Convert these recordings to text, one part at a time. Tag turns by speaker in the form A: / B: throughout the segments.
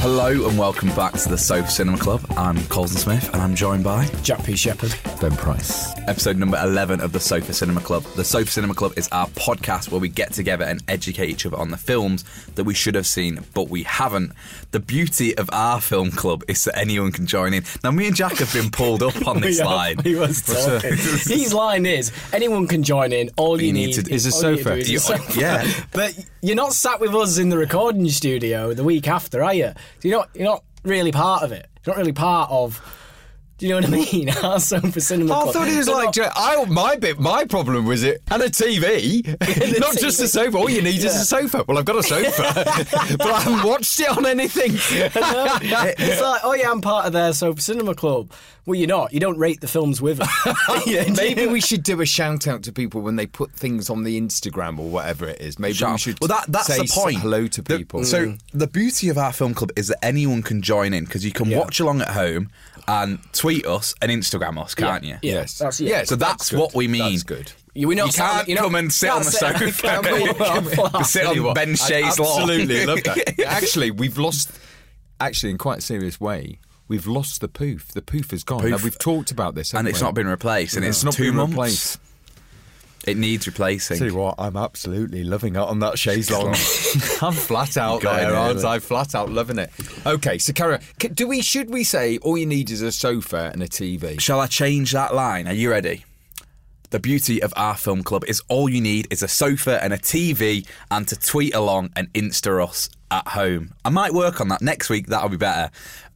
A: Hello and welcome back to the Sofa Cinema Club. I'm Colson Smith and I'm joined by
B: Jack P. Shepherd.
C: Ben Price.
A: episode number 11 of the Sofa Cinema Club. The Sofa Cinema Club is our podcast where we get together and educate each other on the films that we should have seen but we haven't. The beauty of our film club is that anyone can join in. Now, me and Jack have been pulled up on this
B: Yeah,
A: line.
B: He was talking. His line is anyone can join in. All you, need,
A: to- is
C: a
B: all you
C: sofa.
B: do is a
A: You-
B: sofa.
A: yeah.
B: But you're not sat with us in the recording studio the week after, are you? So you're not you're not really part of it. You're not really part of do you know what I mean? Our sofa cinema.
C: Oh, I
B: club.
C: thought he was
B: They're
C: like,
B: not-
C: "Ju- I, my bit, my problem was it, and a TV, not just a
B: TV.
C: sofa. All you need is
B: Yeah.
C: a sofa. Well, I've got a sofa, but I haven't watched it on anything.
B: it's like, oh yeah, I'm part of their sofa cinema club. Well, you're not. You don't rate the films with us.
C: Maybe we should do a shout out to people when they put things on the Instagram or whatever it is. Maybe
A: Shut
C: we
A: up.
C: should
A: well, that, that's
C: say
A: the point.
C: hello to
A: The-
C: people. Mm.
A: so the beauty of our film club is that anyone can join in because you can watch along at home and tweet us and Instagram us, can't you?
C: yes,
B: That's- yeah.
C: yes,
A: So that's,
C: good.
A: what we mean.
C: That's good.
B: You, we're not
A: you
B: sat-
A: can't
B: you're not-
A: come and sit
B: not
A: on the
B: sat-
A: sofa.
B: Come on.
A: Sit
C: Tell
A: on
C: you what,
A: Ben
C: I
A: Shay's lawn.
C: Absolutely love that. Actually, we've lost. Actually, in quite a serious way, we've lost the poof. The poof is gone. Now,
A: Poof.
C: we've talked about this,
A: and
C: haven't
A: it's
C: we?
A: not been replaced, and
C: No.
A: it's
C: It's not
A: two
C: been
A: months.
C: replaced.
A: It needs replacing.
C: Tell you what, I'm absolutely loving out on that chaise longue. I'm flat out
A: Got in
C: there,
A: there,
C: aren't
A: haven't
C: I? Flat out loving it. Okay, so Kara, do we should we say all you need is a sofa and a TV?
A: Shall I change that line? Are you ready? The beauty of our film club is all you need is a sofa and a TV and to tweet along and Insta us at home. I might work on that next week, that'll be better.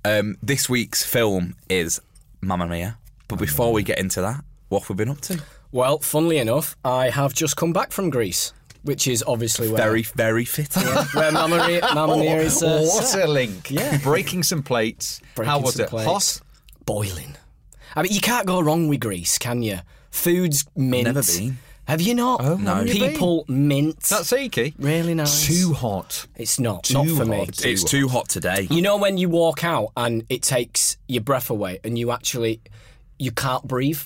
A: Um, this week's film is Mamma Mia. But before we get into that, what have we been up to?
B: Well, funnily enough, I have just come back from Greece, which is obviously where
A: Very, very fitting.
B: where Mamma Mia, Mamma Mia is. Uh,
C: what
B: set.
C: a link!
B: Yeah.
C: breaking some plates.
B: Breaking
C: How was
B: some
C: it?
B: plates.
C: Hot.
B: Boiling. I mean, you can't go wrong with Greece, can you? Food's mint.
A: never been.
B: Have you not? Oh,
A: No. haven't
C: you been?
B: People mint.
C: That's achy.
B: Really nice.
C: Too hot.
B: it's not. Not
C: too
B: for me.
C: hot.
A: it's too hot today.
B: You know when you walk out and it takes your breath away, and you actually you can't breathe.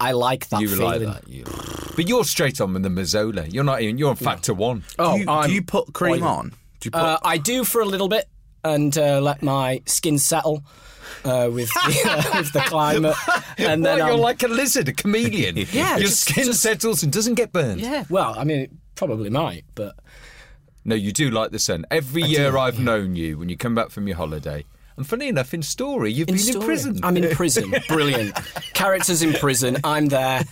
B: I like that
C: You like
B: feeling.
C: that. You. But you're straight on with the Mazzola. You're not even. You're on factor one.
B: Oh,
A: do, you,
B: I'm
A: do you put cream
B: oily.
A: on? Do you put
B: Uh, I do for a little bit and uh, let my skin settle uh, with, the, with the climate, and then
C: Well,
B: um,
C: you're
B: I'm-
C: like a lizard, a chameleon.
B: Yeah,
C: your
B: just-
C: skin settles and doesn't get burned.
B: yeah. Well, I mean, it probably might, but
C: No, you do like the sun. Every year I've known you, when you come back from your holiday, and funny enough, in story, you've been in
B: story.
C: prison.
B: I'm in prison. Brilliant. Characters in prison. I'm there.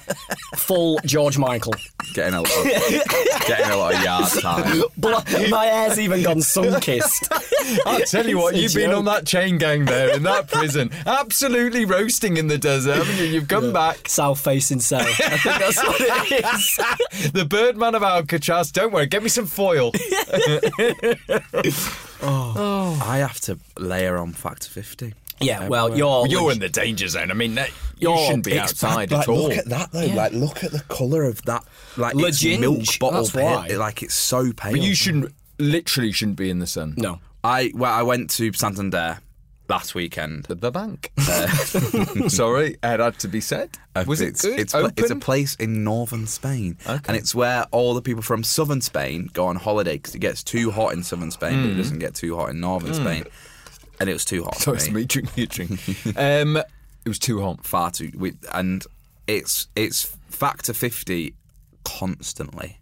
B: Full George Michael.
A: getting a lot of, getting a lot of yard time?
B: Bl- my hair's even gone sun kissed.
C: I'll tell you what,
B: It's a
C: you've been
B: joke.
C: on that chain gang there in that prison, absolutely roasting in the desert, haven't you? You've come back.
B: South facing south. I think that's what it is.
C: The Birdman of Alcatraz. Don't worry, get me some foil.
A: I have to layer on factor 50.
B: Yeah. Well, you're
C: You're in the danger zone. I mean, that, you
B: You're
C: shouldn't be
B: big
C: outside
A: Like,
C: at all.
A: Look at that though. Like look at the colour of that. Like
B: La
A: it's
B: Ginge,
A: milk bottle.
B: that's
A: pale.
B: why.
A: Like it's so pale.
C: But you shouldn't, literally, shouldn't be in the sun.
B: no.
A: I well, I went to Santander last weekend.
C: The bank. Uh, Sorry, it had to be said. Was it
A: Uh, it's,
C: good?
A: It's, pla- it's a
C: Open?
A: place in northern Spain, and it's where all the people from southern Spain go on holiday because it gets too hot in southern Spain, but it doesn't get too hot in northern Spain. And it was too hot.
C: Hmm. So
A: for
C: it's
A: me.
C: me drinking your drink. um, it was too hot.
A: far too we, and it's it's factor 50 constantly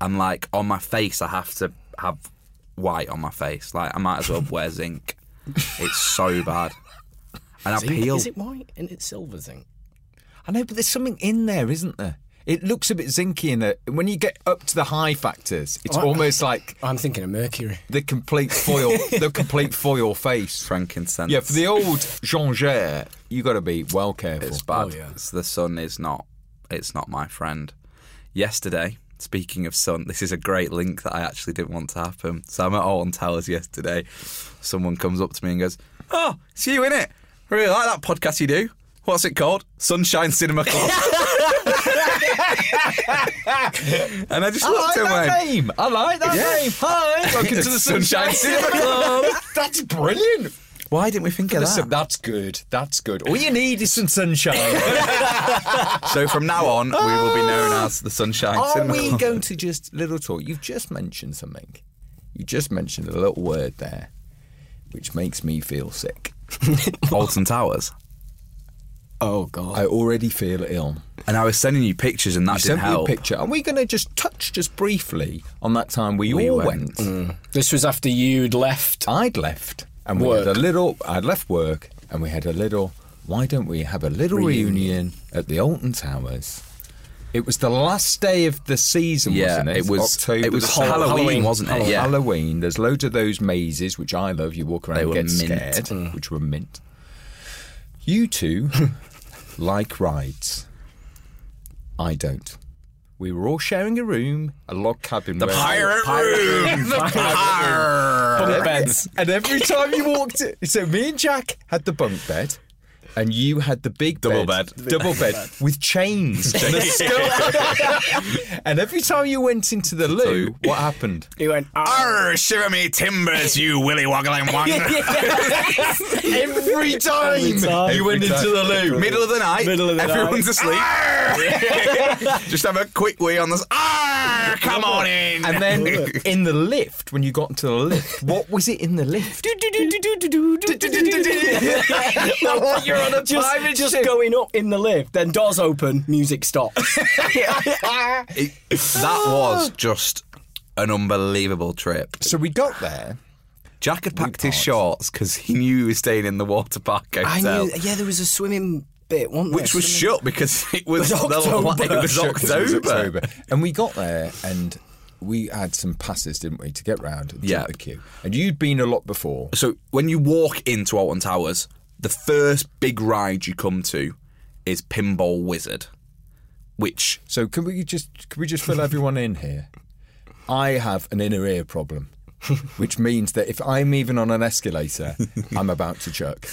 A: and like on my face i have to have white on my face like i might as well wear zinc it's so bad and i
B: Zinc?
A: peel
B: Is it white? And it's silver zinc.
C: I know, but there's something in there, isn't there? It looks a bit zinky in it. When you get up to the high factors, it's
B: Oh, I-
C: almost like
B: I'm thinking of mercury.
C: the complete foil, the complete foil face.
A: frankincense
C: Yeah, for the old Jean-Gère, you got to be well careful.
A: it's bad
B: Oh, yeah.
A: It's- the sun is not it's not my friend yesterday speaking of sun this is a great link that i actually didn't want to happen so i'm at alton towers yesterday someone comes up to me and goes oh it's you in it really like that podcast you do what's it called sunshine cinema club and i just
C: I like
A: looked at him
C: that
A: and went,
C: name. I like that name. Hi, welcome to the Sunshine Cinema Club. That's brilliant.
A: why didn't we think of
C: Listen,
A: that
C: that's good. That's good. All you need is some sunshine.
A: so from now on we will be known as the sunshine
C: Ah. Are
A: cinema
C: we
A: club
C: going to just little talk? You've just mentioned something. You just mentioned a little word there, which makes me feel sick.
A: alton towers
B: Oh god.
C: I already feel ill.
A: and i was sending you pictures and that
C: You
A: didn't
C: sent me a
A: help
C: picture. Are we going to just touch just briefly on that time we, all went? Mm.
A: went.
B: Mm. This was after you'd left.
C: I'd left, and we
B: Work.
C: had a little. I'd left work, and we had a little. Why don't we have a little reunion, at the Alton Towers? It was the last day of the season,
A: Yeah,
C: wasn't it?
A: it was-
C: October.
A: it was
C: the
A: Halloween, wasn't it?
C: Halloween.
A: Yeah.
C: Halloween. There's loads of those mazes, which I love. You walk around,
A: They
C: and
A: were
C: get
A: mint. Mm.
C: scared, which were mint. You two like rides. I don't. We were all sharing a room, a log cabin. The
A: room.
C: bunk beds. And every time you walked, in- so me and Jack had the bunk bed. And you had the big
A: Double bed.
C: double bed with chains. and, a skull. And every time you went into the loo, what happened?
B: He went. Arr!
A: shiver me timbers, you willy waggling wang.
C: Every time,
B: time.
C: you went
A: Every
C: into the loo,
A: Middle of the night.
B: Middle of the
A: everyone's asleep. Just have a quick wee on this. Arr, come on in.
C: and then in the lift. When you got into the lift, what was it in the lift?
B: You're on a just,
C: pirate
B: just
C: ship.
B: going up in the lift, then doors open, music stops.
A: It- that was just an unbelievable trip.
C: So we got there.
A: Jack had packed his shorts because he knew he was staying in the water park
B: I
A: hotel.
B: knew. Yeah, there was a swimming bit, wasn't there?
A: Which was
B: Swimming-
A: shut because it was,
B: It was October.
A: The, it was
C: Shook 'cause it was
A: October.
C: And we got there and we had some passes, didn't we, to get round and
A: Yeah.
C: yeah. the queue. And you'd been a lot before.
A: So when you walk into Alton Towers, the first big ride you come to is Pinball Wizard, which
C: So can we just can we just fill everyone in here? I have an inner ear problem, which means that if I'm even on an escalator, I'm about to chuck.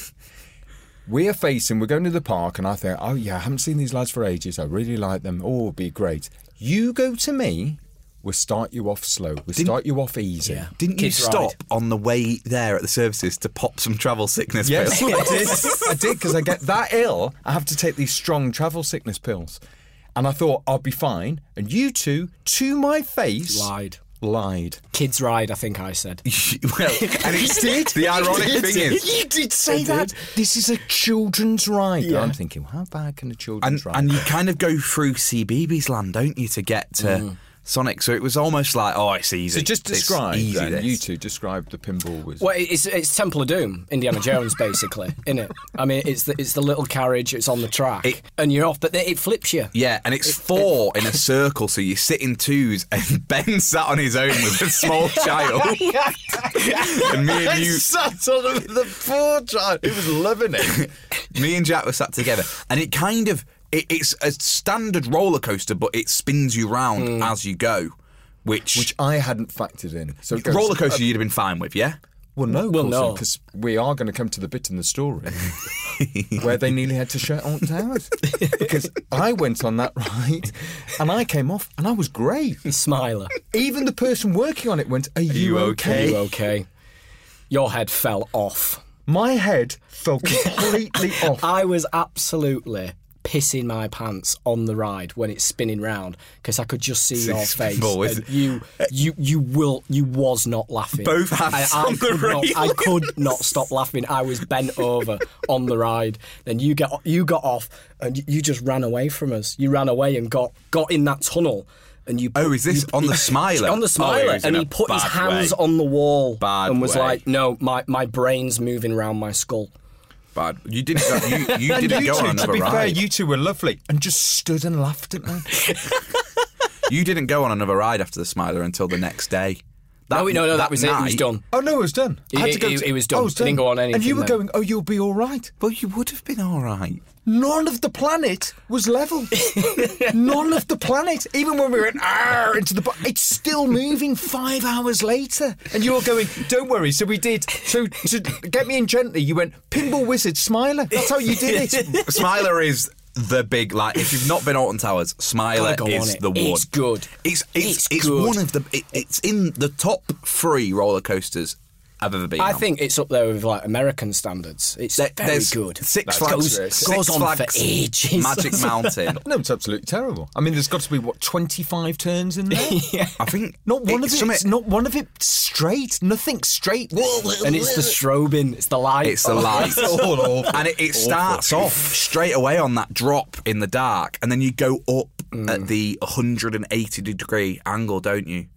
C: We are facing, we're going to the park, and I think, oh yeah, I haven't seen these lads for ages. I really like them. Oh, it'd be great. You go to me, we'll start you off slow. We'll start you off easy.
B: Yeah.
A: didn't you
B: Kids ride.
A: stop on the way there at the services to pop some travel sickness
C: Yes,
A: pills?
C: I did. I did because I get that ill. I have to take these strong travel sickness pills, and I thought I'll be fine. And you two, to my face,
B: Lied.
C: Lied.
B: Kids ride, I think I said.
A: well, and it did. The ironic
C: You
A: thing
C: did-
A: is,
C: you did say that. This is a children's ride. And I'm thinking, how bad can a
A: and,
C: children's ride?
A: and you kind of go through CBeebies land, don't you, to get to Sonic? So it was almost like, oh, it's easy.
C: Mm. so just
A: It's
C: describe.
A: easy.
C: then,
A: this.
C: you two describe the pinball was.
B: Well, it's it's Temple of Doom, Indiana Jones, basically, isn't it? I mean, it's the it's the little carriage, it's on the track,
A: It-
B: and you're off, but then it flips you.
A: Yeah, and it's four in a circle, so you sit in twos, and Ben sat on his own with a small child. and me and you,
C: sat on the, the poor child. It was loving it.
A: me and Jack were sat together, and it kind of it, it's a standard roller coaster, but it spins you round
B: Hmm.
A: as you go, which,
C: Which I hadn't factored in. So it goes-
A: roller coaster
B: uh,
A: you'd have been fine with, yeah.
C: Well, no,
B: Well, no.
C: because we are going to come to the bit in the story where they nearly had to shut Aunt Towers. because I went on that ride and I came off and I was great.
B: Smiler,
C: Even the person working on it went, Are you,
A: you
C: okay?
B: you okay? Your head fell off.
C: My head fell completely off.
B: I was absolutely pissing my pants on the ride when it's spinning round because I could just see your
A: it's
B: face.
A: bull, is
B: and
A: it?
B: you, you, you will, you was not laughing.
A: Both hands
B: I, I
A: on the
B: could not, I
A: railing.
B: could not stop laughing. I was bent over on the ride. Then you get, you got off and you, you just ran away from us. You ran away and got, got in that tunnel. And you
A: Oh,
B: put-
A: is this
B: you-
A: on the
B: he-
A: Smiler?
B: On the
A: Oh,
B: smiler,
A: it was
B: and
A: in
B: he
A: a
B: put his
A: bad
B: hands
A: way.
B: on the wall
A: Bad
B: and was
A: way.
B: like, "No, my, my brain's moving round my skull."
A: Bad. You didn't. Go, you you
C: and
A: didn't
C: you
A: go on
C: two, to
A: another
C: be
A: ride.
C: fair,
A: you...
C: you two were lovely and just stood and laughed at me.
A: didn't go on another ride after the Smiler until the next day. That,
B: no, no, that,
A: that
B: was
A: night,
B: it. It was done.
C: oh no, I was done. I had
B: He-
C: to go
B: he-
C: to-
B: he was
C: I
B: done. He didn't go on
C: And you
B: anything
C: were
B: then.
C: going, "Oh, you'll be all right."
A: Well, you would have been all right.
C: None of the planet was level. None of the planet. Even when we went "Arr," into the, bo- it's still moving five hours later. And you're going, don't worry. So we did. So to get me in gently, you went pinball wizard smiler. That's how you did it.
A: Smiler is the big like. If you've not been Alton Towers, Smiler
B: Gotta go
A: is
B: on it.
A: the one.
B: It's good.
A: It's it's it's,
B: It's good.
A: one of the. It, it's in the top three roller coasters I've ever been.
B: I
A: on.
B: think it's up there with like American standards. It's
A: There-
B: very
A: there's
B: good.
A: Six
B: It
A: Flags.
B: goes,
A: Six
B: goes on
A: Flags,
B: for ages.
A: Magic Mountain.
C: No, it's absolutely terrible. I mean, there's got to be what 25 turns in there.
A: I think
C: Not one
A: it's
C: of
A: some-
C: it. Not one of it straight. Nothing straight.
B: and it's the strobing. It's the light.
A: It's the light.
C: all awful.
A: and it, it starts off straight away on that drop in the dark, and then you go up
B: Mm.
A: at the 180 degree angle, don't you?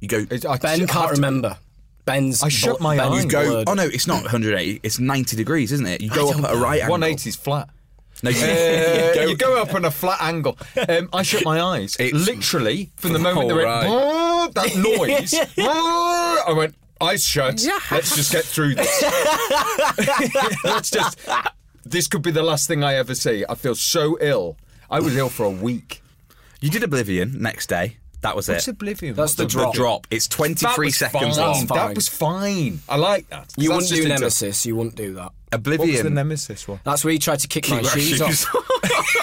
A: You go.
C: It- I
B: Ben
C: just- I
B: can't
C: have to-
B: remember. Ben's.
C: I shut
B: bu-
C: my
B: Ben's
C: eyes.
A: you go.
B: blurred.
A: Oh no, it's not 180. It's 90 degrees, isn't it? You go up at a right angle.
C: 180 is flat.
A: No, you,
C: Uh,
A: you go,
C: you go up on a flat angle. Um, I shut my eyes.
A: It's-
C: Literally, from the moment
A: Oh,
C: they went,
A: right.
C: "Brrr," that noise, brrr, I went, eyes shut. Let's just get through this. Let's just. This could be the last thing I ever see. I feel so ill. I was ill for a week.
A: You did Oblivion next day. That was
C: It's
A: it.
C: oblivion.
B: That's the
C: What's
B: drop.
A: The drop. It's 23
C: was
A: seconds
C: fine.
A: long.
B: That's fine.
C: That was fine. I like that. That's
B: You wouldn't
C: just
B: do
C: inter-
B: Nemesis. You wouldn't do that.
C: What was the
A: Oblivion.
C: Nemesis one?
B: That's where he tried to kick my
A: Your
B: shoes
A: shoes.
B: off.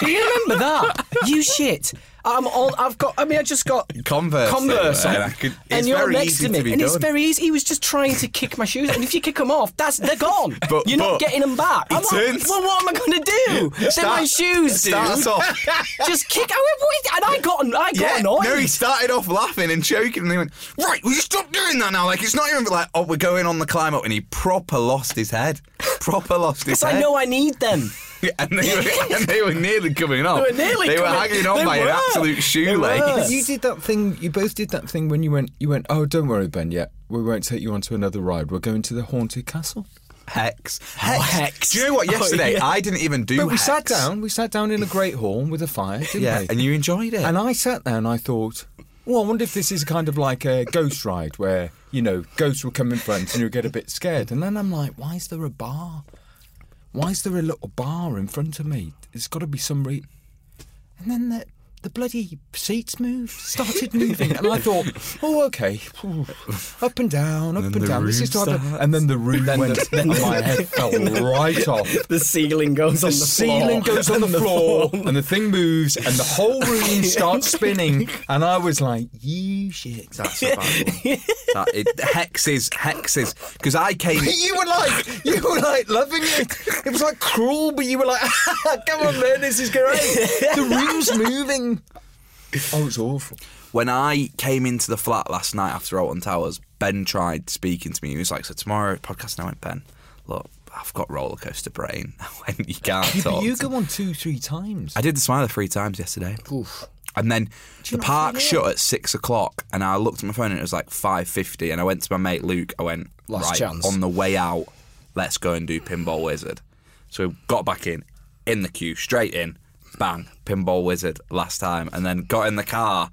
B: do you remember that? You shit. I'm all. I've got. I mean, I just got
A: Converse
B: Converse,
A: over,
B: on,
A: and I could-
B: and
A: it's
B: you're
A: very
B: next
A: easy
B: to me,
A: to be
B: and it's
A: done.
B: very easy. He was just trying to kick my shoes, and if you kick them off, that's they're gone.
A: But-
B: you're
A: but-
B: not getting them back. I'm like,
A: turns-
B: well, what am I going to do? They're my shoes, dude.
A: starts off.
B: just kick. I went, "What?" and I got, I got annoyed.
A: No, he started off laughing and choking, and he went, "Right, will you stop doing that now? Like it's not even like oh, we're going on the climb up." And he proper lost his head. Proper lost his
B: 'Cause
A: head.
B: I know I need them.
A: and, they were, and they were nearly coming off.
B: They were nearly
A: They were
B: coming-
A: hanging on
B: they
A: by an
B: were.
A: absolute
B: They
A: shoelace.
B: were.
C: You did that thing. You both did that thing when you went. You went. Oh, don't worry, Ben. Yet we won't take you onto another ride. We're going to the haunted castle.
A: Hex.
C: Oh,
A: Hex.
B: Hex.
A: Do you know what?
B: Oh,
A: Yesterday,
B: yeah.
A: I didn't even do.
C: But we
A: Hex.
C: sat down. We sat down in a great hall with a fire, didn't
A: Yeah,
C: we?
A: and you enjoyed it.
C: And I sat there and I thought, well, I wonder if this is kind of like a ghost ride where you know ghosts will come in front and you'll get a bit scared. And then I'm like, why is there a bar? Why is there a little bar in front of me? It's got to be some re. And then the the bloody seats moved, started moving, and I thought, oh, okay, up and down, up and,
A: the
C: down. This is
A: room
C: to have a- and then the room went,
B: the-
C: and my head fell right off
B: The ceiling goes on
C: the, ceiling goes on the, floor, and the thing moves and the whole room starts spinning and I was like you shit
A: That's a bad one. that, it, hexes, hexes. Because I came.
C: you were like you were like loving it it was like cruel but you were like come on man this is great the room's moving oh it's awful
A: when I came into the flat last night after Alton Towers, Ben tried speaking to me. He was like, "So tomorrow podcast." And I went, "Ben, look, I've got roller coaster brain. I went, you can't talk."
C: but you
A: to
C: go
A: me."
C: on two three times
A: I did the Smiler three times yesterday, and then the park shut at six o'clock. And I looked at my phone, and it was like five fifty. And I went to my mate Luke. I went,
B: Last
A: "Right,
B: chance."
A: on the way out, let's go and do Pinball Wizard." So we got back in, in the queue, straight in, bang, Pinball Wizard last time, and then got in the car.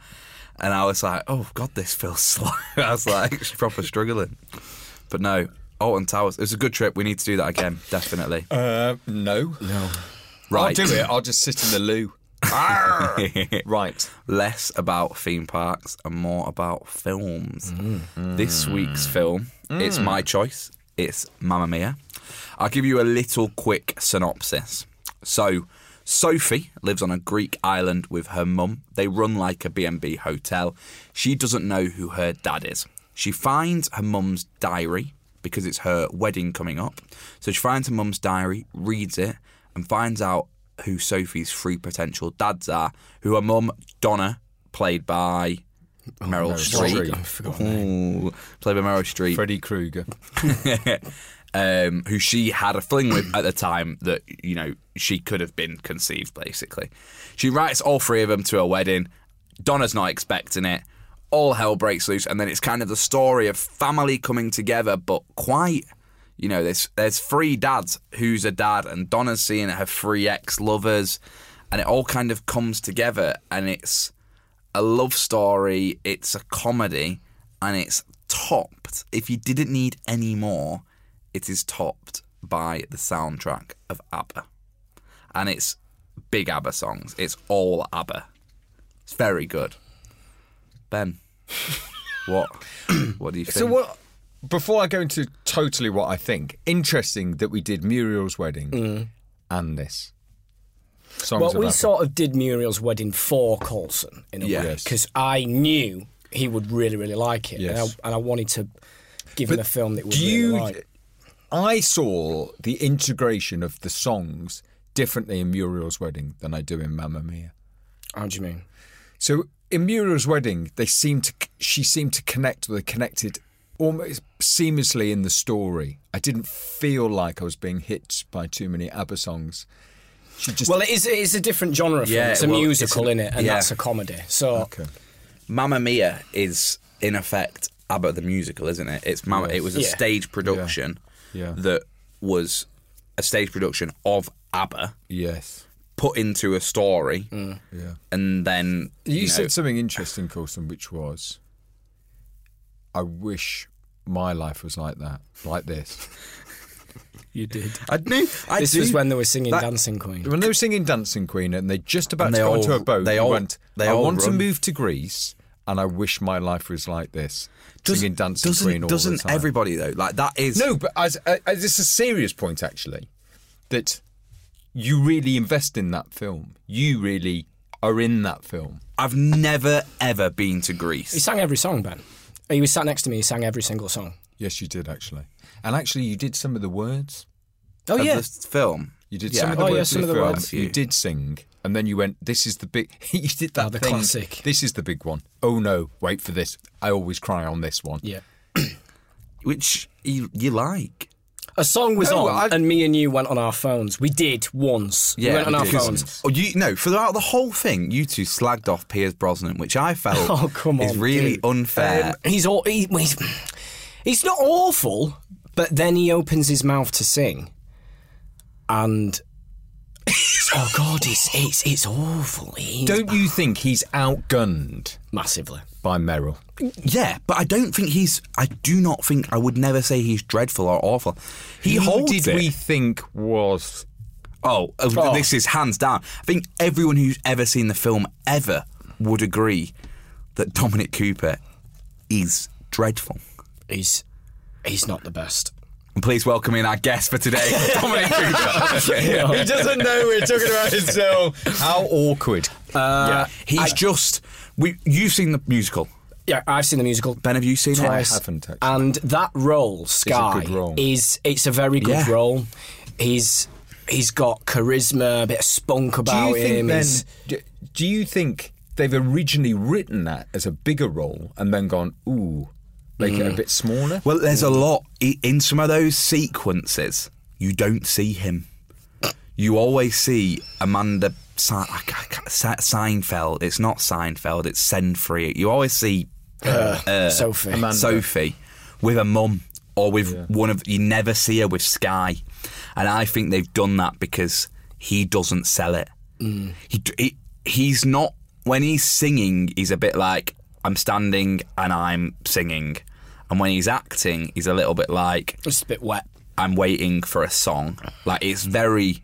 A: And I was like, oh, God, this feels slow. I was like, proper struggling. But no, Alton Towers, it was a good trip. We need to do that again, definitely.
C: uh, no no
A: Right.
C: I'll do it I'll just sit in the loo Arr! right
A: less about theme parks and more about films. This week's film, it's my choice. It's Mamma Mia. I'll give you a little quick synopsis. So, Sophie lives on a Greek island with her mum. They run like a B&B hotel. She doesn't know who her dad is. She finds her mum's diary because it's her wedding coming up. So she finds her mum's diary, reads it, and finds out who Sophie's three potential dads are, who her mum, Donna, played by Oh, Meryl, Streep.
C: Streep. I
A: Ooh, played by Meryl Streep.
C: Freddy Krueger.
A: um, who she had a fling with at the time that you know she could have been conceived. Basically, she writes all three of them to her wedding. Donna's not expecting it. All hell breaks loose, and then it's kind of the story of family coming together, but quite. You know, there's there's three dads. Who's a dad? And Donna's seeing her three ex lovers, and it all kind of comes together, and it's a love story, it's a comedy, and it's topped. If you didn't need any more, it is topped by the soundtrack of ABBA. And it's big ABBA songs. It's all ABBA. It's very good. Ben, what what do you think?
C: So what? Before I go into totally what I think, interesting that we did Muriel's wedding and this. Songs
B: Mm. Well,
C: of
B: we
C: Apple.
B: sort of did Muriel's wedding for Colson in a way. 'Cause way
A: Yes.
B: because I knew he would really, really like it, and,
C: Yes.
B: I, and I wanted to give him a film that would
C: Do
B: really
C: you?
B: like.
C: I saw the integration of the songs differently in Muriel's wedding than I do in Mamma Mia.
B: How do you mean?
C: So in Muriel's wedding, they seemed to she seemed to connect. They connected almost seamlessly in the story. I didn't feel like I was being hit by too many ABBA songs. She just
B: Well, it is. It's a different genre. Film.
A: Yeah,
B: it's a
A: well, it's
B: musical
A: an-
B: in it, and
A: yeah.
B: that's a comedy. So
C: okay.
A: Mamma Mia is in effect ABBA the musical, isn't it? It's Mamma. It was a
B: Yeah.
A: stage production
C: Yeah. Yeah.
A: that was a stage production of ABBA
C: yes.
A: put into a story,
C: Mm. Yeah.
A: and then
C: You,
A: know,
C: said something interesting, Coulson, which was, I wish my life was like that, like this.
B: you did.
A: I knew. I
B: This
A: do.
B: was when they were singing
A: That-
B: "Dancing Queen."
C: When they were singing Dancing Queen and they just about
A: And
C: to
A: they
C: go
A: all-
C: onto a boat,
A: they
C: they
A: all-
C: went,
A: they
C: I
A: all
C: want
A: run.
C: to move to Greece and I wish my life was like this.
A: Does-
C: singing Dancing
A: doesn't,
C: Queen all
A: doesn't
C: the time.
A: everybody though? Like that is
C: No, but as, uh, as it's a serious point actually, that you really invest in that film. You really are in that film.
A: I've never ever been to Greece.
B: He sang every song, Ben. He was sat next to me. He sang every single song.
C: Yes, you did actually, and actually you did some of the words.
B: Oh
A: of
B: yeah,
A: this film.
C: You did
A: Yeah,
C: some of the
B: oh, yeah,
C: words.
B: some
C: for
B: of the
C: film.
B: words.
C: You did sing, and then you went, "This is the big." you did that
B: Oh, the
C: thing.
B: classic.
C: This is the big one. Oh no! Wait for this. I always cry on this one.
B: yeah.
A: which you, you like.
B: A song was
C: Oh,
B: on,
C: I-
B: and me and you went on our phones. We did once. we went on
A: we
B: our
A: do.
B: phones.
A: Oh, you no. Throughout the whole thing, you two slagged off Piers Brosnan, which I felt
B: Oh, come
A: is
B: on,
A: really
B: dude. Um,
A: unfair.
B: He's all. He, well, he's, he's not awful, but then he opens his mouth to sing, and oh god, it's it's it's awful. He's
C: Don't you think he's outgunned
B: massively.
C: by Meryl?
A: yeah, but I don't think he's. I do not think. I would never say he's dreadful or awful. He
C: Who
A: holds
C: did
A: it.
C: we think was?
A: Oh, uh,
B: Oh.
A: this is hands down. I think everyone who's ever seen the film ever would agree that Dominic Cooper is dreadful.
B: He's he's not the best.
A: And please welcome in our guest for today, Dominic Cooper.
C: he doesn't know we're talking about himself. How awkward!
A: yeah, he's just. We, you've seen the musical.
B: Yeah, I've seen the musical.
A: Ben, have you seen
C: I
A: it?
B: Twice.
C: haven't actually.
B: And that role, Sky,
C: good role.
B: is it's a very good
A: Yeah.
B: role. He's he's got charisma, a bit of spunk
C: do
B: about
C: you think
B: him.
C: then?
B: he's-
C: Do, do you think they've originally written that as a bigger role and then gone, ooh, make
B: Mm.
C: it a bit smaller?
A: Well, there's a lot i- in some of those sequences. You don't see him. You always see Amanda Sa- I ca- ca- Sa- Seinfeld. It's not Seinfeld. It's Senfrey. You always see
B: Sophie.
A: Sophie with a mum or with one of you never see her with Sky, and I think they've done that because he doesn't sell it. He, d- he he's not when he's singing. He's a bit like I'm standing and I'm singing, and when he's acting, he's a little bit like
B: It's a bit wet.
A: I'm waiting for a song. Like it's very,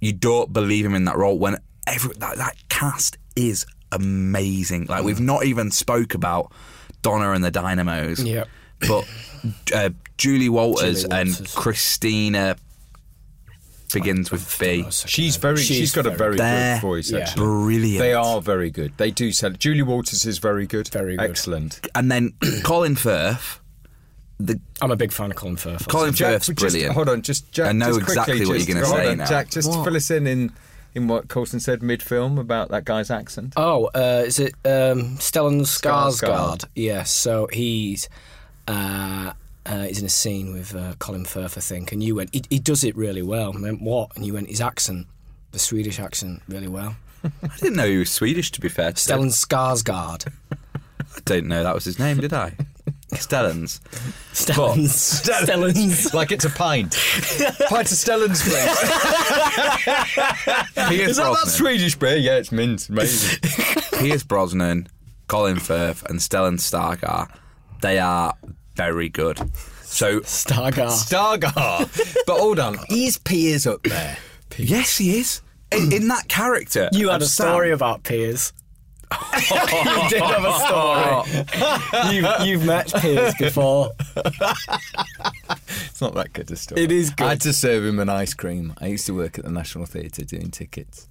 A: you don't believe him in that role when every that, that cast is amazing. Like we've not even spoke about Donna and the Dynamos.
B: Yep.
A: But uh, Julie, Walters
B: Julie
A: and
B: Walters.
A: Christina begins with B.
C: She's very. she's got a very
A: They're
C: good voice.
B: yeah.
C: Actually.
A: brilliant.
C: They are very good. They do sell. Julie Walters is very good.
B: Very good.
C: Excellent.
A: and then Colin Firth the
B: I'm a big fan of Colin Firth.
A: Colin
C: Jack,
A: Firth's
C: just-
A: brilliant.
C: Hold on, just Jack.
A: I know
C: just
A: exactly
C: quickly,
A: what
C: just-
A: you're going to
C: hold
A: say
C: on,
A: now.
C: Jack, just fill us in in in what Colson said mid-film about that guy's accent.
B: Oh, uh, is it um, Stellan
C: Skarsgård.
B: Skarsgård? Yes. so he's uh, uh, he's in a scene with uh, Colin Firth, I think, and you went, he, he does it really well. I went, what? And you went, his accent, the Swedish accent, really well.
A: I didn't know he was Swedish. To be fair, to
B: Stellan Skarsgård.
A: I don't know that was his name, did I? Stellans.
B: Stellan. Stellan.
C: like it's a pint. pint of Stellan's place.
A: Pierce
C: Is that that
A: Brosnan.
C: Swedish beer? Yeah, it's mint. Amazing.
A: Pierce Brosnan, Colin Firth, and Stellan Stargar. They are very good. So
B: Stargard.
C: Stargar. But hold on, is Piers up there?
A: yes, he is in, in that character.
B: You had
A: of
B: a
A: Sam.
B: story about Piers. you did have a
A: Oh,
B: story. you've, you've met Piers before.
C: It's not that good a story.
B: It is good.
C: I had to serve him an ice cream. I used to work at the National Theatre doing tickets,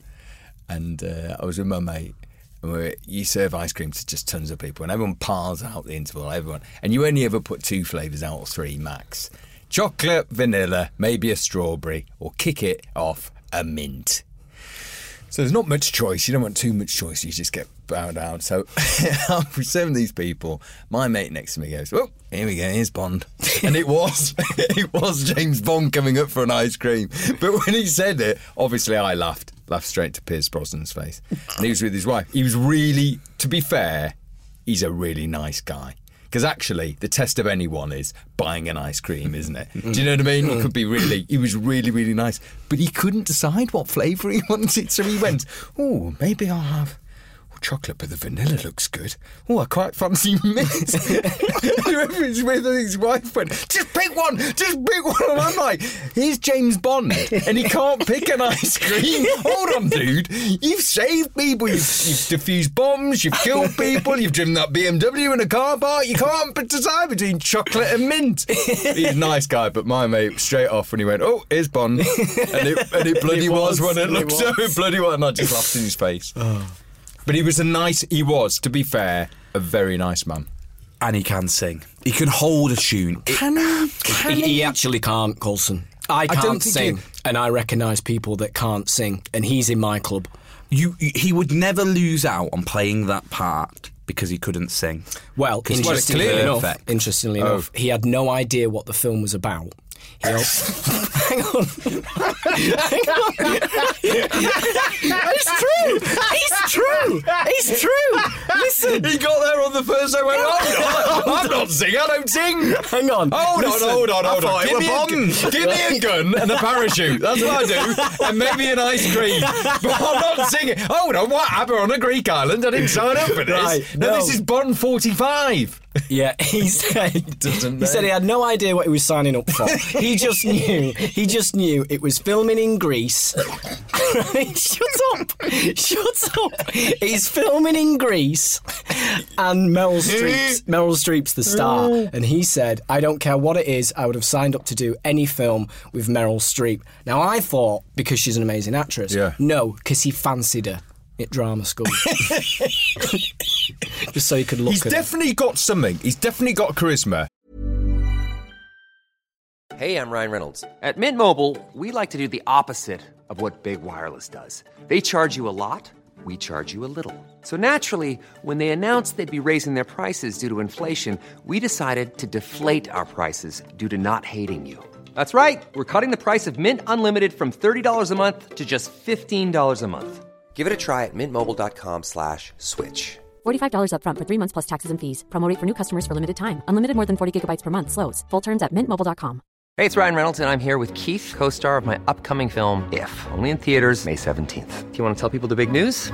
C: and uh, I was with my mate. And we were, you serve ice cream to just tons of people, and everyone piles out the interval. Everyone, and you only ever put two flavours out or three max: chocolate, vanilla, maybe a strawberry, or kick it off a mint. So there's not much choice. You don't want too much choice. You just get bowed out. So I'm serving these people. My mate next to me goes, "Well, here we go. Here's Bond," and it was it was James Bond coming up for an ice cream. But when he said it, obviously I laughed, laughed straight to Piers Brosnan's face. And he was with his wife. He was really, to be fair, he's a really nice guy. Because actually, the test of anyone is buying an ice cream, isn't it? Do you know what I mean? It could be really, he was really, really nice. But he couldn't decide what flavour he wanted. So he went, oh, maybe I'll have oh, chocolate, but the vanilla looks good. Oh, I quite fancy mint. Whoever he's with, his wife went, just pick one, just pick one. And I'm like, here's James Bond, and he can't pick an ice cream. Hold on, dude. You've saved people, you've, you've diffused bombs, you've killed people, you've driven that BMW in a car park. You can't put decide between chocolate and mint. He's a nice guy, but my mate straight off when he went, oh, here's Bond. And it, and it bloody
B: It
C: was,
B: was,
C: when it
B: it
C: looked so
B: was.
C: bloody was. And I just laughed in his face. But he was a nice. He was, to be fair, a very nice man.
A: and he can sing. He can hold a tune. It-
B: He, he actually can't, Colson. I can't
C: don't think
B: sing,
C: he-
B: and I recognise people that can't sing, and he's in my club.
A: you, you- he would never lose out on playing that part because he couldn't sing.
B: Well,
A: 'Cause he's
B: interestingly
A: clearly
B: enough,
A: perfect.
B: interestingly enough, he had no idea what the film was about. He al- hang on, hang on. it's true. It's true. It's true. Listen,
C: He got there on the first. I went, oh, no, I'm not singing. I don't sing.
B: hang on.
C: Hold
B: Listen.
C: on, hold on, hold on.
A: thought it
C: Give
A: were
C: me, a,
A: Bond.
C: gu- give me a gun and a parachute. That's what I do. And maybe an ice cream. But I'm not singing. Hold on, what happened on a Greek island? I didn't sign up for this.
B: Right,
C: no,
B: no.
C: this is Bond 45.
B: Yeah, he said.
C: Doesn't
B: he said
C: know.
B: he had no idea what he was signing up for. he just knew. He just knew it was filming in Greece. Shut up! Shut up! It's filming in Greece, and Meryl Streep's Meryl Streep's the star. And he said, "I don't care what it is. I would have signed up to do any film with Meryl Streep." Now I thought because she's an amazing actress.
C: Yeah.
B: No, because he fancied her at drama school. just so he could look
C: He's
B: at her.
C: definitely got something. He's definitely got charisma.
D: Hey, I'm Ryan Reynolds. At Mint Mobile, we like to do the opposite of what Big Wireless does. They charge you a lot, we charge you a little. So naturally, when they announced they'd be raising their prices due to inflation, we decided to deflate our prices due to not hating you. That's right. We're cutting the price of Mint Unlimited from $30 a month to just $15 a month.
E: Give it a try at mintmobile.com slash switch.
F: $45 upfront for three months plus taxes and fees. Promo rate for new customers for limited time. Unlimited more than 40 gigabytes per month. Slows. Full terms at mintmobile.com.
D: Hey, it's Ryan Reynolds, and I'm here with Keith, co star of my upcoming film, If, only in theaters, May 17th. Do you want to tell people the big news?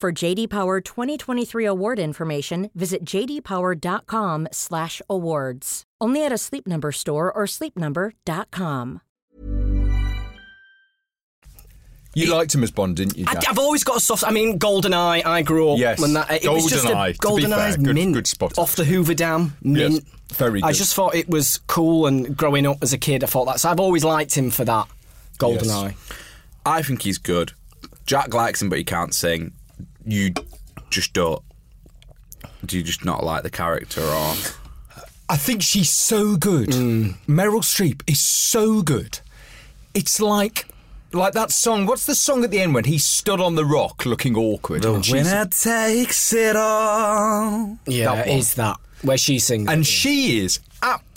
G: For JD Power 2023 award information, visit jdpower.com/awards. Only at a Sleep Number store or sleepnumber.com.
C: You liked him as Bond, didn't you?
B: I,
C: Jack?
B: have always got a soft. I mean, GoldenEye. I grew up.
C: Yes,
B: when that, it was just a,
C: GoldenEye, to be
B: GoldenEye's
C: fair, good-
B: mint
C: good spot.
B: off the Hoover Dam. Mint.
C: very
B: I
C: good.
B: just thought it was cool, and growing up as a kid, I thought that. So I've always liked him for that. GoldenEye.
A: I think he's good. Jack likes him, but he can't sing. You just don't. Do you just not like the character, or
C: I think she's so good.
A: Mm.
C: Meryl Streep is so good. It's like like that song. What's the song at the end when he stood on the rock looking awkward? and she's-
A: takes it all?
B: Yeah,
C: That
B: that
C: one.
B: is that where she sings?
C: and she is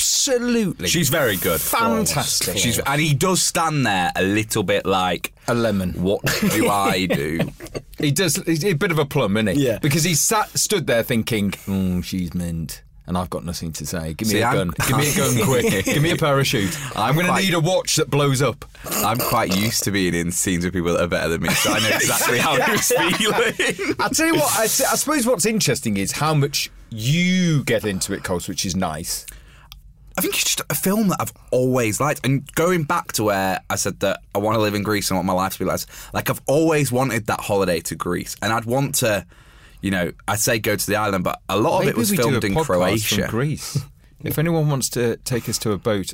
C: absolutely
A: She's very good.
C: fantastic.
A: She's and he does stand there a little bit like
C: a lemon.
A: What do I do?
C: He does. He's a bit of a plum, isn't he?
B: Yeah.
C: Because he sat, stood there thinking, mm, "She's mint." And I've got nothing to say. Give me
A: See,
C: a
A: I'm-
C: gun. Give me a gun quick. Give me a parachute. I'm, going to
A: quite-
C: need a watch that blows up.
A: I'm quite used to being in scenes with people that are better than me, so I know exactly how he was feeling.
C: I tell you what. I, I suppose what's interesting is how much you get into it, Coles, which is nice.
A: I think it's just a film that I've always liked. And going back to where I said that I want to live in Greece and want my life to be like, this, like I've always wanted that holiday to Greece, and I'd want to, you know, I'd say go to the island, but a lot of it was filmed in Croatia.
C: Greece. If anyone wants to take us to a boat,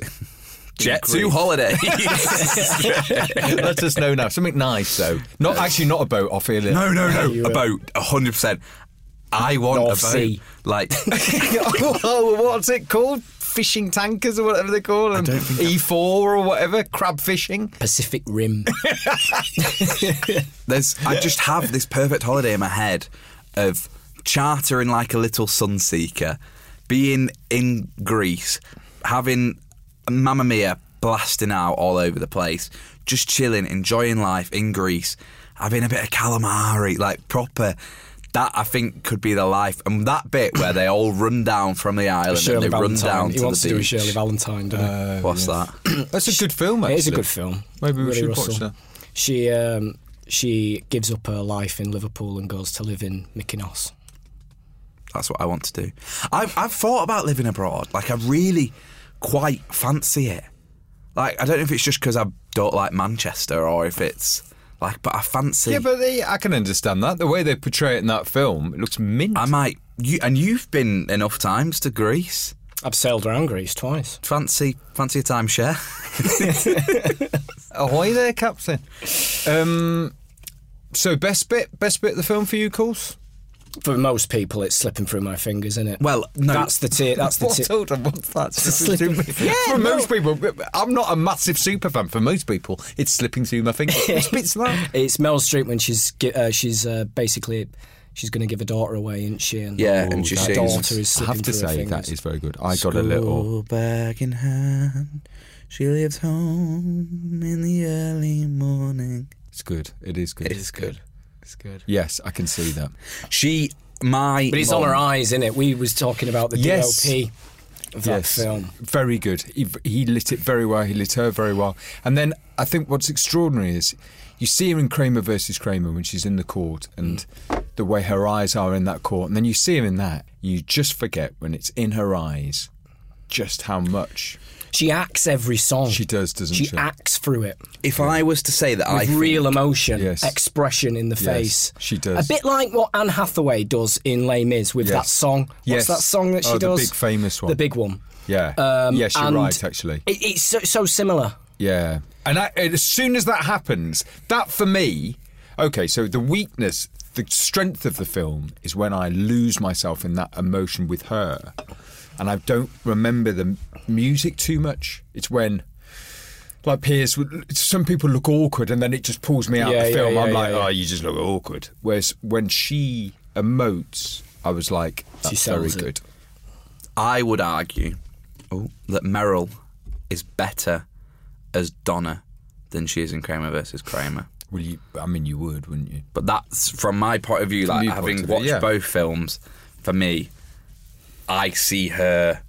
A: Jet two holiday.
C: let us know now. Something nice, though. Not actually not a boat. I feel it.
A: no, no, no, a boat, hundred percent. I want
B: North
A: a boat.
B: Sea.
A: Like
C: oh, what's it called? Fishing tankers or whatever they call them. E4 E or whatever. Crab fishing.
B: Pacific Rim.
A: There's, I just have this perfect holiday in my head of chartering like a little sunseeker, being in Greece, having Mamma Mia blasting out all over the place, just chilling, enjoying life in Greece, having a bit of calamari, like proper. That I think could be the life, and that bit where they all run down from the island and
B: Shirley
A: they run
B: Valentine.
A: down
B: he
A: to the
B: wants to do a
A: beach.
B: Shirley Valentine, doesn't he?
A: What's that?
C: That's a good film, Uh, actually.
B: It is a good film.
C: Maybe we
B: Willie
C: should watch
B: Russell.
C: that.
B: She um, she gives up her life in Liverpool and goes to live in Mykonos.
A: That's what I want to do. I've, I've thought about living abroad. Like, I really quite fancy it. Like, I don't know if it's just because I don't like Manchester or if it's like, but I fancy.
C: Yeah, but they, I can understand that. The way they portray it in that film, it looks mint.
A: I might. You and you've been enough times to Greece.
B: I've sailed around Greece twice.
A: Fancy, fancy a timeshare.
C: Ahoy there, Captain. Um, so, best bit, best bit of the film for you, Coles?
B: For most people, it's slipping through my fingers, isn't it?
A: Well, no.
B: that's the tier. That's the
C: What?
B: tier.
C: Hold on, what's that?
B: Slipping-
C: for most people, I'm not a massive super fan. For most people, it's slipping through my fingers. Which bit's that?
B: It's Meryl Streep when she's gi- uh, she's uh, basically she's going to give her daughter away, isn't she? And
A: Yeah, and she
B: her
A: sings.
B: daughter is
C: I
B: slipping
C: have to
B: through her
C: say
B: fingers.
C: that is very good. I got a little.
A: School bag in hand, she lives home in the early morning.
C: It's good. It is good.
A: It's good.
B: It's good.
C: Yes, I can see that.
A: She, my,
B: But it's
A: mum-
B: on her eyes, isn't it? We was talking about the
C: Yes.
B: DOP of that film.
C: Very good. He, he lit it very well. He lit her very well. And then I think what's extraordinary is you see her in Kramer versus Kramer when she's in the court and the way her eyes are in that court. And then you see her in that. You just forget when it's in her eyes just how much
B: She acts every song.
C: she does, doesn't she?
B: She acts through it.
A: If I was to say that I
B: with
A: think-
B: real emotion,
C: Yes.
B: expression in the
C: Yes,
B: face.
C: she does.
B: A bit like what Anne Hathaway does in Les Mis with
C: Yes.
B: that song. What's
C: Yes.
B: that song that she
C: Oh, the
B: does?
C: big famous one.
B: The big one.
C: yeah.
B: Um,
C: yes, you're
B: and
C: right, actually.
B: It, it's so, so similar.
C: Yeah. And I, and as soon as that happens, that for me, okay, so the weakness, the strength of the film is when I lose myself in that emotion with her and I don't remember the m- music too much. It's when. Like Piers, would- some people look awkward, and then it just pulls me out
B: Yeah,
C: of the
B: yeah,
C: film.
B: yeah,
C: I'm
B: yeah,
C: like,
B: yeah.
C: oh, you just look awkward. Whereas when she emotes, I was like,
B: She
C: that's very
B: sells it.
C: good.
A: I would argue oh, that Meryl is better as Donna than she is in Kramer versus Kramer.
C: Well, you, I mean, you would, wouldn't you?
A: But that's from my point of view,
C: From
A: like
C: your point
A: having
C: of view,
A: watched
C: yeah.
A: both films, for me, I see her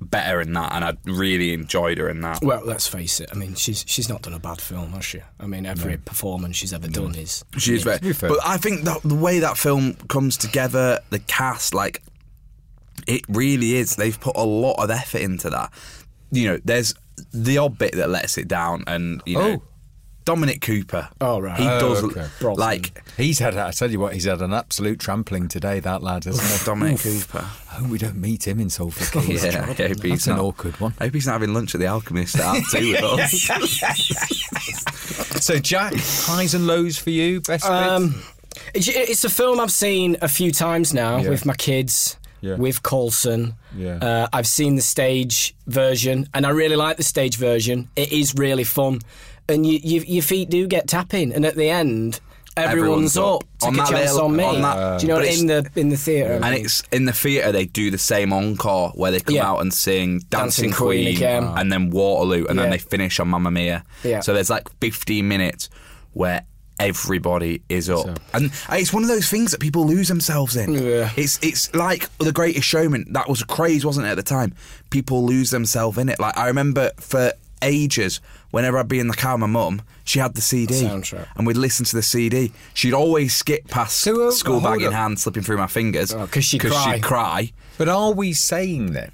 A: better in that, and I really enjoyed her in that.
B: Well, let's face it. I mean, she's she's not done a bad film, has she? I mean, every performance she's ever done is
A: She is
C: be
A: very.
C: fair.
A: But I think that the way that film comes together, the cast, like it really is. They've put a lot of effort into that. You know, there's the odd bit that lets it down, and you know,
C: Oh.
A: Dominic Cooper.
B: Oh, right.
A: he
B: Oh,
A: does
C: okay.
A: like
C: He's had, I tell you what, he's had an absolute trampling today, that lad, hasn't he?
A: Dominic
C: Oof.
A: Cooper.
C: I hope we don't meet him in Salford Keys.
A: Yeah, I hope he's
C: That's an
A: not-
C: awkward one.
A: I hope he's not having lunch at the Alchemist at two with us.
C: So, Jack, highs and lows for you, best bits?
B: Um, it's, it's a film I've seen a few times now
C: Yeah.
B: with my kids,
C: Yeah.
B: with Colson.
C: Yeah.
B: Uh, I've seen the stage version, and I really like the stage version. It is really fun, and you, you, your feet do get tapping, and at the end, everyone's,
A: Everyone's up.
B: up. Take
A: On
B: a
A: that
B: chance
A: little-
B: on me.
A: on that-
B: do you know
A: but
B: what, in the in the theatre? I
A: And
B: mean.
A: it's in the theatre they do the same encore where they come
B: Yeah.
A: out and sing Dancing,
B: Dancing Queen
A: Queen,
B: again.
A: and then Waterloo and then
B: Yeah.
A: they finish on Mamma Mia.
B: Yeah.
A: So there's like 15 minutes where everybody is up. And it's one of those things that people lose themselves in.
B: Yeah.
A: It's it's like The Greatest Showman. That was a craze, wasn't it, at the time? People lose themselves in it. Like I remember for ages whenever I'd be in the car with my mum, she had the CD
B: Soundtrack.
A: and we'd listen to the CD. She'd always skip past
C: So, uh,
A: school bag
C: hold
A: in
C: up.
A: hand slipping through my fingers
B: Oh, 'cause she'd cry.
A: she'd cry.
C: But are we saying then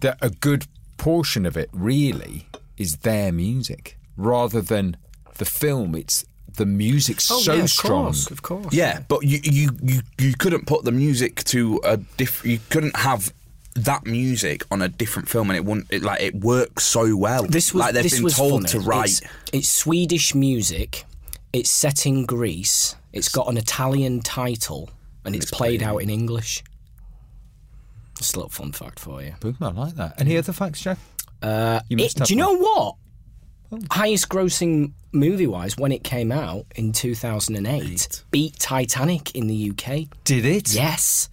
C: that a good portion of it really is their music rather than the film? It's the music's
B: Oh,
C: so
B: yeah, of
C: strong.
B: course, of course.
A: Yeah, but you, you you you couldn't put the music to a diff. You couldn't have that music on a different film, and it wouldn't it, like it works so well.
B: This was
A: like they've
B: this
A: been
B: was
A: told
B: funny.
A: to write.
B: It's, it's Swedish music. It's set in Greece. It's got an Italian title, and it's, played, out in English. Just a little fun fact for you.
C: Boom, I like that. Any other facts, Jack? Uh, you
B: Mm. It- do you know what?
C: Oh.
B: Highest grossing movie wise when it came out in 2008 beat Titanic in the UK.
C: Did it?
B: Yes,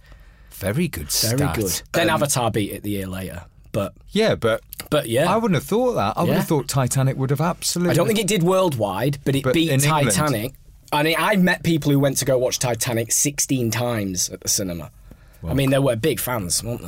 C: Very good
B: very
C: stat.
B: good. Then
A: Um,
B: Avatar beat it the year later, but
C: Yeah, but
B: but yeah,
C: I wouldn't have thought that. I would
B: Yeah.
C: have thought Titanic would have absolutely.
B: I don't think it did worldwide, but it
C: But
B: beat
C: in England?
B: Titanic. I mean, I met people who went to go watch Titanic 16 times at the cinema. I mean, they were big fans, weren't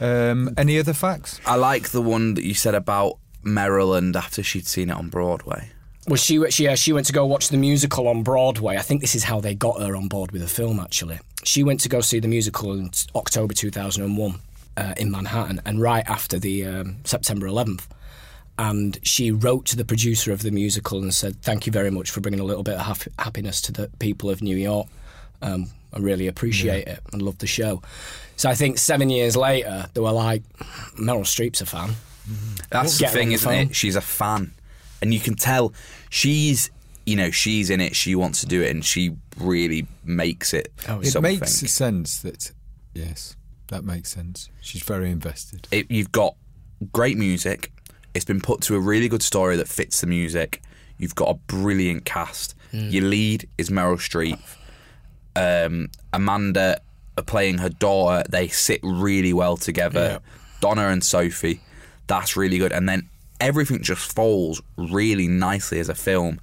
B: they?
C: Um, any other facts?
A: I like the one that you said about Maryland after she'd seen it on Broadway.
B: Well, she, she, yeah, she went to go watch the musical on Broadway. I think this is how they got her on board with the film, actually. She went to go see the musical in t- October 2001 uh, in Manhattan, and right after the um, September 11th. And she wrote to the producer of the musical and said, Thank you very much for bringing a little bit of hap- happiness to the people of New York. Um, I really appreciate it and love the show. So I think seven years later, they were like, Meryl Streep's a fan.
A: That's the
B: Get her on
A: thing,
B: the
A: isn't
B: phone.
A: it? She's a fan, and you can tell she's you know she's in it. She wants to do it, and she really makes it.
B: Oh,
C: It
A: something.
C: makes sense that yes, that makes sense. She's very invested.
A: it, you've got great music. It's been put to a really good story that fits the music. You've got a brilliant cast. Your lead is Meryl Streep. Um, Amanda are playing her daughter. They sit really well together. Donna and Sophie. That's really good. And then everything just falls really nicely as a film.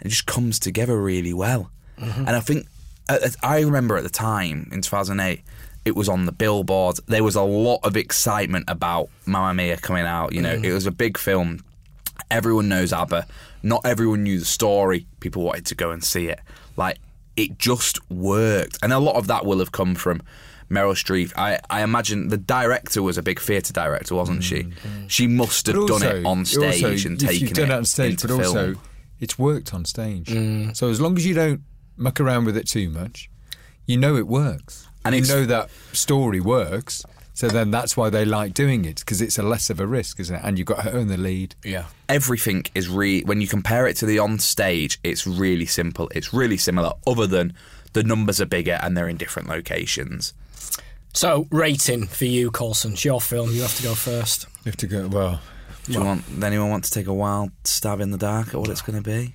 A: It just comes together really well. And I think, at- at- I remember at the time in 2008, it was on the billboards. There was a lot of excitement about Mamma Mia coming out. You know, it was a big film. Everyone knows ABBA. Not everyone knew the story. People wanted to go and see it. Like, it just worked. And a lot of that will have come from Meryl Streep. I, I imagine the director was a big theatre director, wasn't she? She must have
C: Mm, But
A: done
C: also-
A: it on stage
C: also,
A: and
C: if
A: taken
C: you've done it, on stage,
A: into
C: but
A: film. Mm.
C: also it's worked on stage. So as long as you don't muck around with it too much, you know it works, and
A: And
C: you
A: it's-
C: know that story works. So then that's why they like doing it because it's a less of a risk, isn't it? And you've got her in the lead.
B: Yeah.
A: everything is re when you compare it to the on stage it's really simple it's really similar other than the numbers are bigger and they're in different locations
B: So, rating for you, Colson. It's your film. You have to go first.
C: You have to go. Well,
A: do you want does anyone want to take a wild stab in the dark at what it's going to be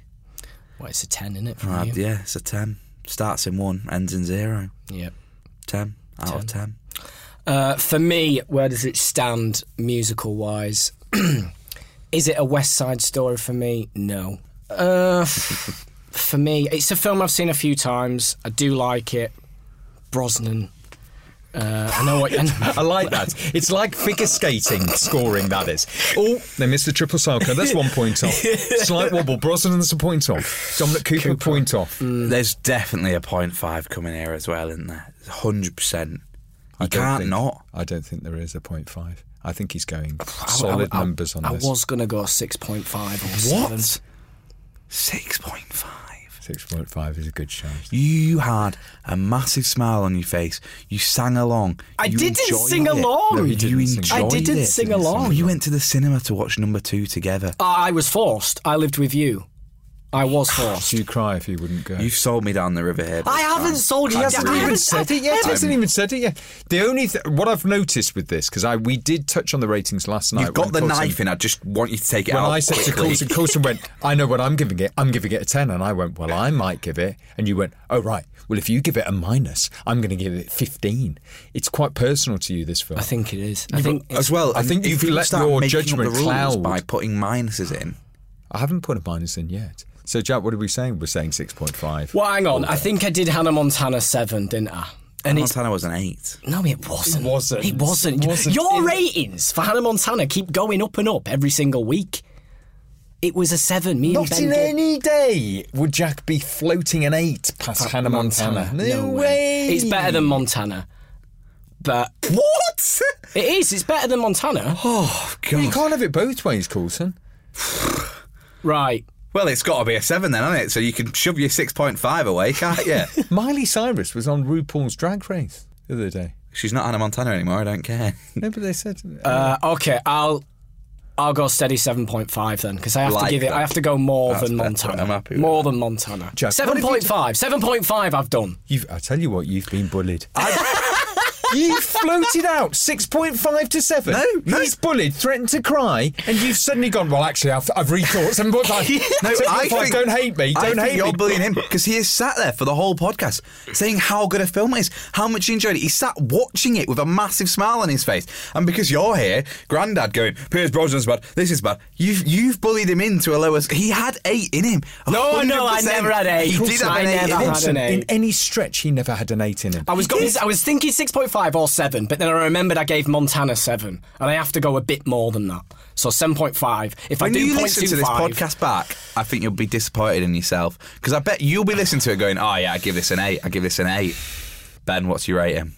B: Well, it's a 10, isn't it? For
A: Uh,
B: you?
A: yeah it's a 10 starts in 1 ends in 0
B: Yep.
A: 10 out of 10
B: Uh, for me, where does it stand musical wise? Is it a West Side story for me? No. Uh, for me, it's a film I've seen a few times. I do like it. Brosnan. Uh, I know what.
H: I like that. It's like figure skating scoring, that is. Oh,
C: They missed the triple salco. That's one point off. Slight wobble. Brosnan's a point off. Dominic Cooper, a point off.
B: Mm.
A: There's definitely a 0.5 coming here as well, isn't there? 100%. You
C: I don't
A: can't
C: think-
A: not.
C: I don't think there is a point five. I think he's going
B: I-
C: solid
B: I, I-
C: numbers on
B: I
C: this.
B: was gonna go six point five or
A: What?
B: seven.
A: 6.5.
C: Six point five is a good chance.
A: You had a massive smile on your face. You sang along.
B: I
A: You
B: didn't
A: enjoyed
B: sing
A: it.
B: along.
C: No, he
A: You
C: didn't sing
B: I
A: enjoyed
B: didn't
A: it.
B: sing along.
A: We went to the cinema to watch number two together.
B: I I was forced. I lived with you. I was forced.
C: Do you cry if he wouldn't go?
A: You've sold me down the river here.
B: I haven't sold you.
C: He
B: I
C: hasn't even
B: haven't-
C: said it yet. He hasn't even said it yet. The only th- what I've noticed with this because I we did touch on the ratings last night.
A: You've got
C: when
A: the
C: Coulson-
A: knife in. I just want you to take it
C: When
A: out.
C: I said to
A: quickly.
C: Coulson, Coulson went, I know what I'm giving it. I'm giving it a 10. And I went, Well, I might give it. And you went, Oh, right. Well, if you give it a minus, I'm going to give it 15. It's quite personal to you, this film.
B: I think it is. I think
A: as well,
C: I
A: and
C: think
A: if
C: you've
A: you
C: let
A: start
C: your
A: making up
C: judgment
A: the rules
C: cloud.
A: by putting minuses in.
C: I haven't put a minus in yet. So, Jack, what are we saying? We're saying 6.5.
B: Well, hang on. I think I did Hannah Montana seven, didn't I? And it's
A: Montana was an eight.
B: no, it wasn't.
C: It wasn't.
B: It wasn't.
C: It wasn't.
B: Your
C: It-
B: ratings for Hannah Montana keep going up and up every single week. It was a seven. Me
C: Not
B: and Ben
C: in
B: did.
C: any day would Jack be floating an 8 past
B: Fuck
C: Hannah Montana.
B: No, way. It's better than Montana. But
C: What?
B: it is. It's better than Montana.
A: Oh,
C: you can't have it both ways, Coulson.
B: Right.
A: Well, it's got to be a seven then, hasn't it? So you can shove your six point five away, can't you?
C: Miley Cyrus was on RuPaul's Drag Race the other day.
A: She's not Hannah Montana anymore. I don't care.
C: No, but they said.
B: Uh, okay. I'll. I'll go steady seven point five then, because I have
A: Like
B: to give it.
A: that.
B: I have to go more
A: That's
B: than
A: better.
B: Montana.
A: I'm happy with
B: more
A: that.
B: than Montana.
C: Jack, what have
B: seven
C: you
B: point
C: done?
B: five. Seven point five. I've done.
C: You've, I tell you what, you've been bullied. you floated out six point five to seven.
A: No, no.
C: he's bullied, threatened to cry, and you've suddenly gone. Well, actually, I've, I've rethought seven point five.
A: No, I think,
C: don't hate me. Don't
A: I think
C: hate
A: you're
C: me.
A: bullying him because he has sat there for the whole podcast saying how good a film it is, how much he enjoyed it. He sat watching it with a massive smile on his face, and because you're here, Grandad going, "Piers Brosnan's bad. This is bad." You've you've bullied him into a lower. He had eight in him.
B: No, no, I
A: 100%.
B: never had eight.
A: He did have
B: I
A: an eight.
B: never
A: in him.
B: had an eight.
C: In any stretch, he never had an eight in him.
B: I was going, I was thinking six point five or seven, but then I remembered I gave Montana seven, and I have to go a bit more than that. So seven point five. If
A: When
B: I do
A: you listen to this
B: 0.25
A: podcast back, I think you'll be disappointed in yourself because I bet you'll be listening to it going, "Oh yeah, I give this an eight. I give this an eight. Ben, what's your rating?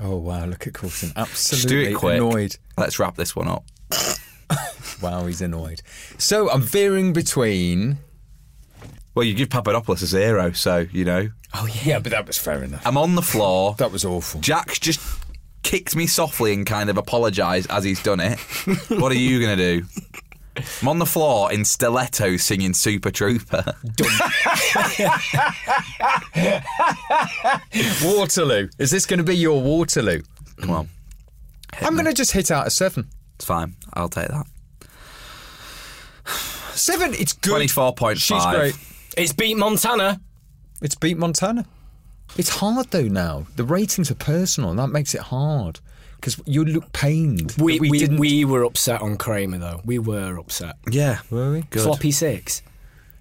C: Oh wow, look at Coulson,
A: Just do
C: absolutely
A: it quick.
C: annoyed.
A: Let's wrap this one up.
C: Wow, he's annoyed. So I'm veering between.
A: Well, you give Papadopoulos a zero, so you know
C: Oh yeah, yeah, but that was fair enough.
A: I'm on the floor.
C: That was awful.
A: Jack's just kicked me softly and kind of apologised as he's done it. what are you gonna do? I'm on the floor in stiletto singing Super Trooper.
C: Waterloo. Is this going to be your Waterloo?
A: Come on,
C: I'm going to just hit out a seven.
A: it's fine. I'll take that.
C: Seven. It's good.
A: 24.5.
C: She's great.
B: it's beat Montana.
C: It's beat Montana. It's hard though now. The ratings are personal, and that makes it hard because you look pained. that
B: We we, we,
C: didn't.
B: were upset on Kramer though. We were upset.
A: Yeah,
C: Were we?
A: Good.
B: Floppy six.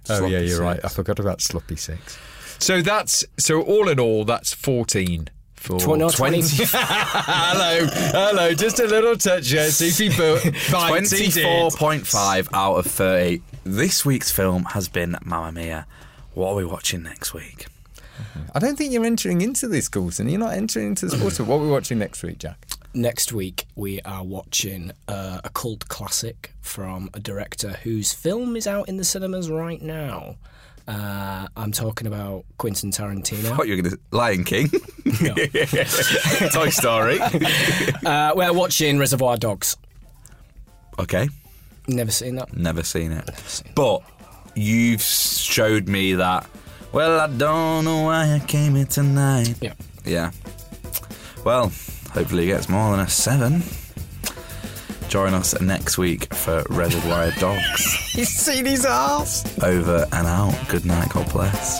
C: Oh yeah,
A: Sloppy
C: you're right. I
A: six.
C: forgot about sloppy six. So that's so all in all, that's fourteen. For
B: Tw- no, 20.
C: hello, Oh, hello. Just a little touch, yeah. CP bu- five, TD.
A: 24.5 out of 30. This week's film has been Mamma Mia. What are we watching next week?
C: I don't think you're entering into this, Coulson. You're not entering into this water. What are we watching next week, Jack?
B: Next week we are watching uh, a cult classic from a director whose film is out in the cinemas right now. Uh, I'm talking about Quentin Tarantino.
A: What you're gonna Lion King, Toy Story.
B: Uh, we're watching Reservoir Dogs.
A: okay,
B: Never seen that.
A: never seen it, but you've showed me that. Well, I don't know why I came here tonight.
B: Yeah.
A: Yeah. Well, hopefully it gets more than a seven. Join us next week for Reservoir Dogs.
C: He's seen his ass.
A: Over and out. Good night. God bless.